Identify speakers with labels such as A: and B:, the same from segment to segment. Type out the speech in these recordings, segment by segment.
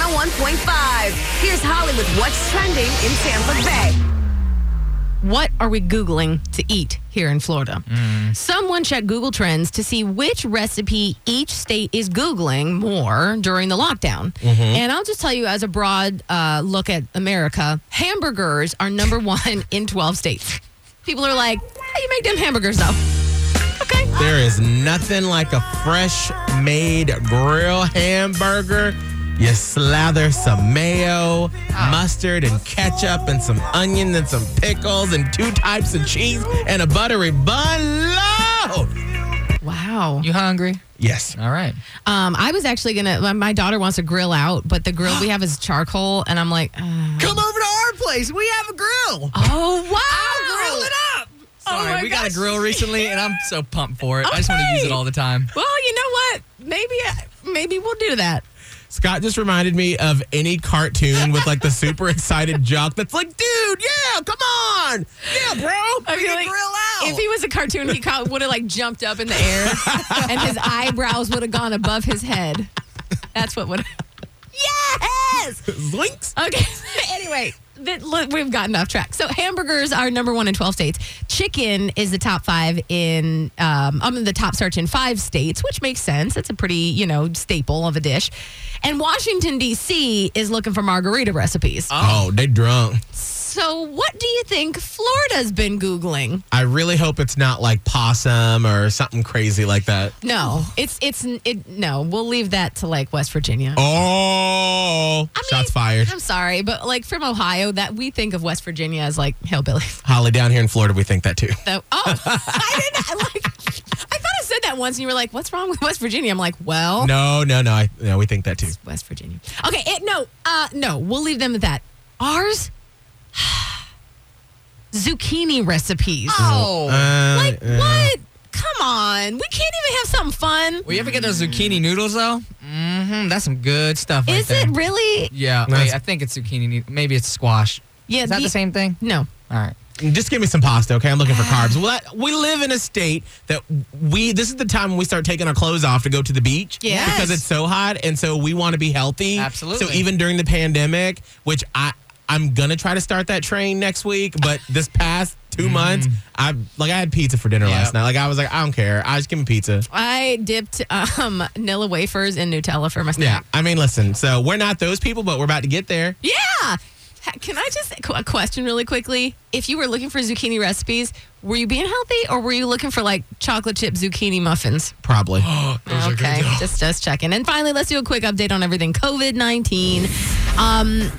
A: oh Here's Holly with what's trending in Tampa Bay.
B: what are we Googling to eat here in Florida? Someone checked Google Trends to see which recipe each state is Googling more during the lockdown. And I'll just tell you, as a broad uh, look at America, hamburgers are number one in 12 states. People are like, how you make them hamburgers though? Okay.
C: There is nothing like a fresh made grill hamburger. You slather some mayo, mustard, and ketchup, and some onion, and some pickles, and two types of cheese, and a buttery bun. Lord!
B: Wow.
D: You hungry?
C: Yes.
D: All right.
B: Um, I was actually gonna. My, my daughter wants to grill out, but the grill we have is charcoal, and I'm like, uh,
C: Come over to our place. We have a grill.
B: oh wow,
C: up.
D: Sorry,
B: my
D: we got a
B: gosh.
D: grill recently, and I'm so pumped for it. I just want to use it
B: Okay.
D: all the time.
B: Well, you know what? Maybe I- maybe we'll do that.
C: Scott just reminded me of any cartoon with like the super excited jock that's like, dude, yeah, come on. Yeah, bro.
B: I
C: we
B: feel
C: can
B: like
C: grill out.
B: If he was a cartoon, he would have like jumped up in the air, and his eyebrows would have gone above his head. That's what would. Yes.
C: Zoinks.
B: Okay. anyway, that, look, we've gotten off track. So hamburgers are number one in twelve states. Chicken is the top five in um, um the top search in five states, which makes sense. It's a pretty you know staple of a dish. And Washington D.C. is looking for margarita recipes.
C: Oh, they drunk.
B: So, what do you think Florida's been Googling?
C: I really hope it's not like possum or something crazy like that.
B: No, it's it's it, no. We'll leave that to like West Virginia.
C: Oh,
B: I mean,
C: shots fired.
B: I'm sorry, but like from Ohio, that we think of West Virginia as like hillbillies.
C: Holly, down here in Florida, we think that too.
B: So, oh, I didn't I, like. I thought I said that once, and you were like, "What's wrong with West Virginia?" I'm like, "Well,
C: No, no, no, I, no, we think that too.
B: it's West Virginia." Okay, it, no, uh, no. We'll leave them at that. Ours, zucchini recipes.
D: Oh.
C: Uh,
B: like
C: uh,
B: what? Come on, we can't even have something fun.
D: Will you ever get those zucchini noodles though? Mm-hmm. That's some good stuff. right
B: Is
D: there.
B: it really?
D: Yeah.
C: That's-
D: Wait, I think it's zucchini. noo- Maybe it's squash.
B: Yeah,
D: Is that
B: the-
D: the same thing?
B: No.
D: All right.
C: Just give me some pasta, okay? I'm looking for carbs. Well, that, we live in a state that we. This is the time when we start taking our clothes off to go to the beach.
B: Yes.
C: Because it's so hot, and so we want to be healthy.
D: Absolutely.
C: So even during the pandemic, which I I'm gonna try to start that train next week, but this past two months, I like I had pizza for dinner
D: Yeah.
C: last night. Like I was like, I don't care. I just give me pizza.
B: I dipped um, Nilla wafers in Nutella for my
C: Yeah,
B: snack.
C: I mean, listen. So we're not those people, but we're about to get there.
B: Yeah. Ha- Can I just qu- a question really quickly? If you were looking for zucchini recipes, were you being healthy or were you looking for like chocolate chip zucchini muffins?
C: Probably.
B: Okay, just us checking. And finally, let's do a quick update on everything COVID 19. Um,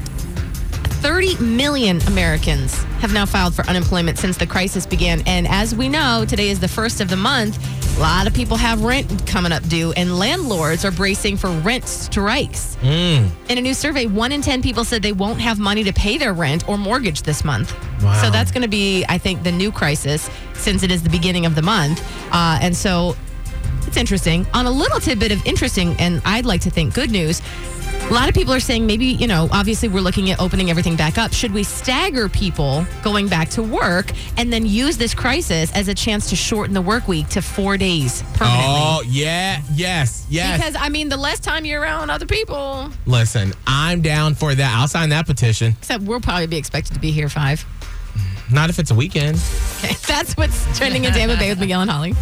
B: 30 million Americans have now filed for unemployment since the crisis began. And as we know, today is the first of the month. A lot of people have rent coming up due, and landlords are bracing for rent strikes. In a new survey, one in 10 people said they won't have money to pay their rent or mortgage this month.
C: Wow.
B: So that's going to be, I think, the new crisis since it is the beginning of the month. Uh, and so it's interesting. On a little tidbit of interesting, and I'd like to think good news. A lot of people are saying maybe, you know, obviously we're looking at opening everything back up. Should we stagger people going back to work and then use this crisis as a chance to shorten the work week to four days permanently?
C: Oh yeah, yes, yes.
B: Because, I mean, the less time you're around other people,
C: listen, I'm down for that. I'll sign that petition.
B: except we'll probably be expected to be here five.
C: Not if it's a weekend.
B: Okay. That's what's trending in Tampa Bay with Miguel and Holly.